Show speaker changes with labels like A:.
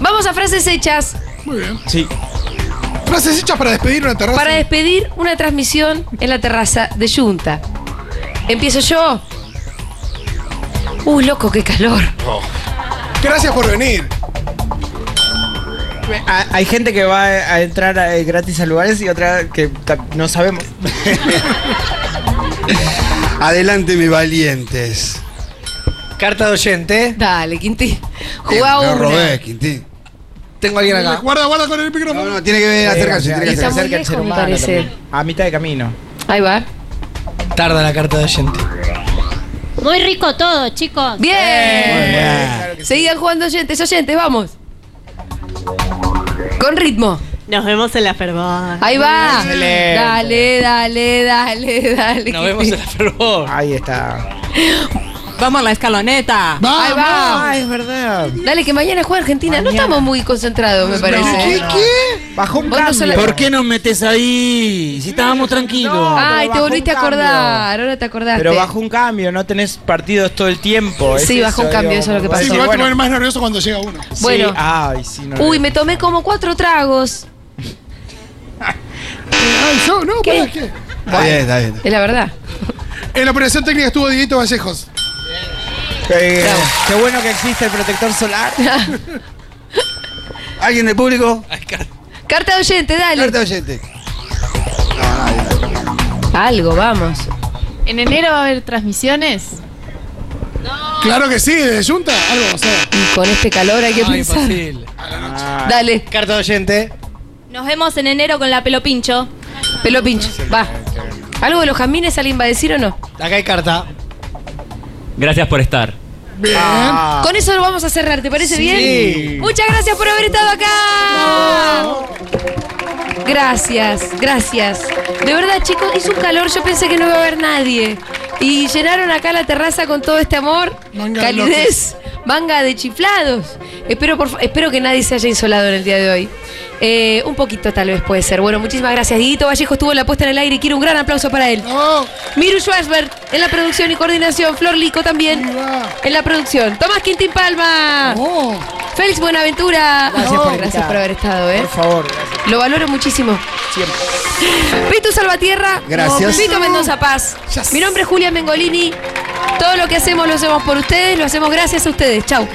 A: Vamos a frases hechas
B: Muy bien.
C: Sí.
B: Frases hechas para despedir una terraza.
A: para despedir una transmisión en la terraza de Junta. Empiezo yo. Uh, loco, qué calor.
B: Gracias por venir.
C: Ah, Hay gente que va a entrar eh, gratis a lugares y otra que ta- no sabemos.
D: Adelante, mis valientes.
C: Carta de oyente.
A: Dale, Quintín.
D: Eh,
A: Jugá
D: me lo
A: una.
D: robé, Quintín.
C: Tengo alguien acá.
B: Guarda, guarda con el micrófono.
D: No, no, tiene que ver, acercarse. tiene que
A: Está muy
C: Acerca
D: acercarse.
C: el
A: lejos,
C: ser
A: me
C: humano
A: parece.
C: también. A mitad de camino.
A: Ahí va.
E: Tarda la carta de oyente.
F: Muy rico todo, chicos.
A: Bien.
C: Claro que sí.
A: Seguían jugando oyentes, oyentes, vamos. Con ritmo.
G: Nos vemos en la fervor.
A: Ahí va.
C: Excelente.
A: Dale, dale, dale, dale.
E: Nos vemos en la fervor.
C: Ahí está.
G: Vamos a la escaloneta.
A: Ahí va.
C: Ah, es verdad.
A: Dale, que mañana juega Argentina. No estamos muy concentrados, me parece.
B: ¿Qué? ¿Qué?
C: Bajó un
A: Vos no solo-
C: cambio.
A: ¿Por
E: qué nos metes ahí? Si estábamos tranquilos.
A: Ay, te
C: pero bajó
A: volviste
C: un
A: a acordar. Ahora te acordaste.
C: Pero bajó un cambio, no tenés partidos todo el tiempo.
A: Sí,
C: Es
A: bajó un cambio, eso es lo que pasó.
B: Sí, me
C: digo,
B: va a
C: bueno,
B: poner más nervioso cuando llega uno.
C: sí,
A: Bueno.
C: ay, sí, no,
A: Uy, me tomé como cuatro tragos.
B: Ay, yo, no,
A: ¿Qué?
B: pará, ¿qué?
D: Está bien, está bien.
A: Es la verdad.
B: En la operación técnica estuvo Dieguito Vallejos.
C: Eh, Qué bueno que existe el protector solar.
D: ¿Alguien del público?
A: Carta de oyente, dale.
D: Alerta oyente.
A: Algo, vamos.
H: En enero va a haber transmisiones.
B: Claro que sí, desde Junta, algo vamos a hacer.
A: Y con este calor hay que
E: No,
A: pensar.
E: imposible.
A: Dale,
C: Carta oyente.
F: Nos vemos en enero con la pelo pincho.
A: pelo pincho. Va. ¿Algo de los jazmines alguien va a decir o no?
C: Acá hay carta.
I: Gracias por estar.
B: Bien. Ah.
A: Con eso lo vamos a cerrar, ¿te parece
C: Sí.
A: bien? Muchas gracias por haber estado acá. Gracias, gracias. De verdad, chicos, hizo un calor, yo pensé que no iba a haber nadie. Y llenaron acá la terraza con todo este amor,
B: Manga de
A: calidez, manga de chiflados. Espero, por fa- espero que nadie se haya insolado en el día de hoy. Eh, un poquito tal vez puede ser. Bueno, muchísimas gracias. Dieguito Vallejo estuvo en la puesta en el aire y quiero un gran aplauso para él.
B: Oh,
A: Miru Schwarzberg en la producción y coordinación, Flor Lico también
B: viva.
A: en la producción, Tomás Quintín Palma,
B: Oh.
A: Félix Buenaventura.
C: Gracias por invitar.
A: Gracias por haber estado, ¿eh?
C: Por favor, gracias.
A: Lo valoro muchísimo.
C: Siempre.
A: Pitu Salvatierra.
D: Gracias.
A: Pito Mendoza Paz.
B: Yes.
A: Mi nombre es Julia Mengolini. Todo lo que hacemos lo hacemos por ustedes, lo hacemos gracias a ustedes. Chau.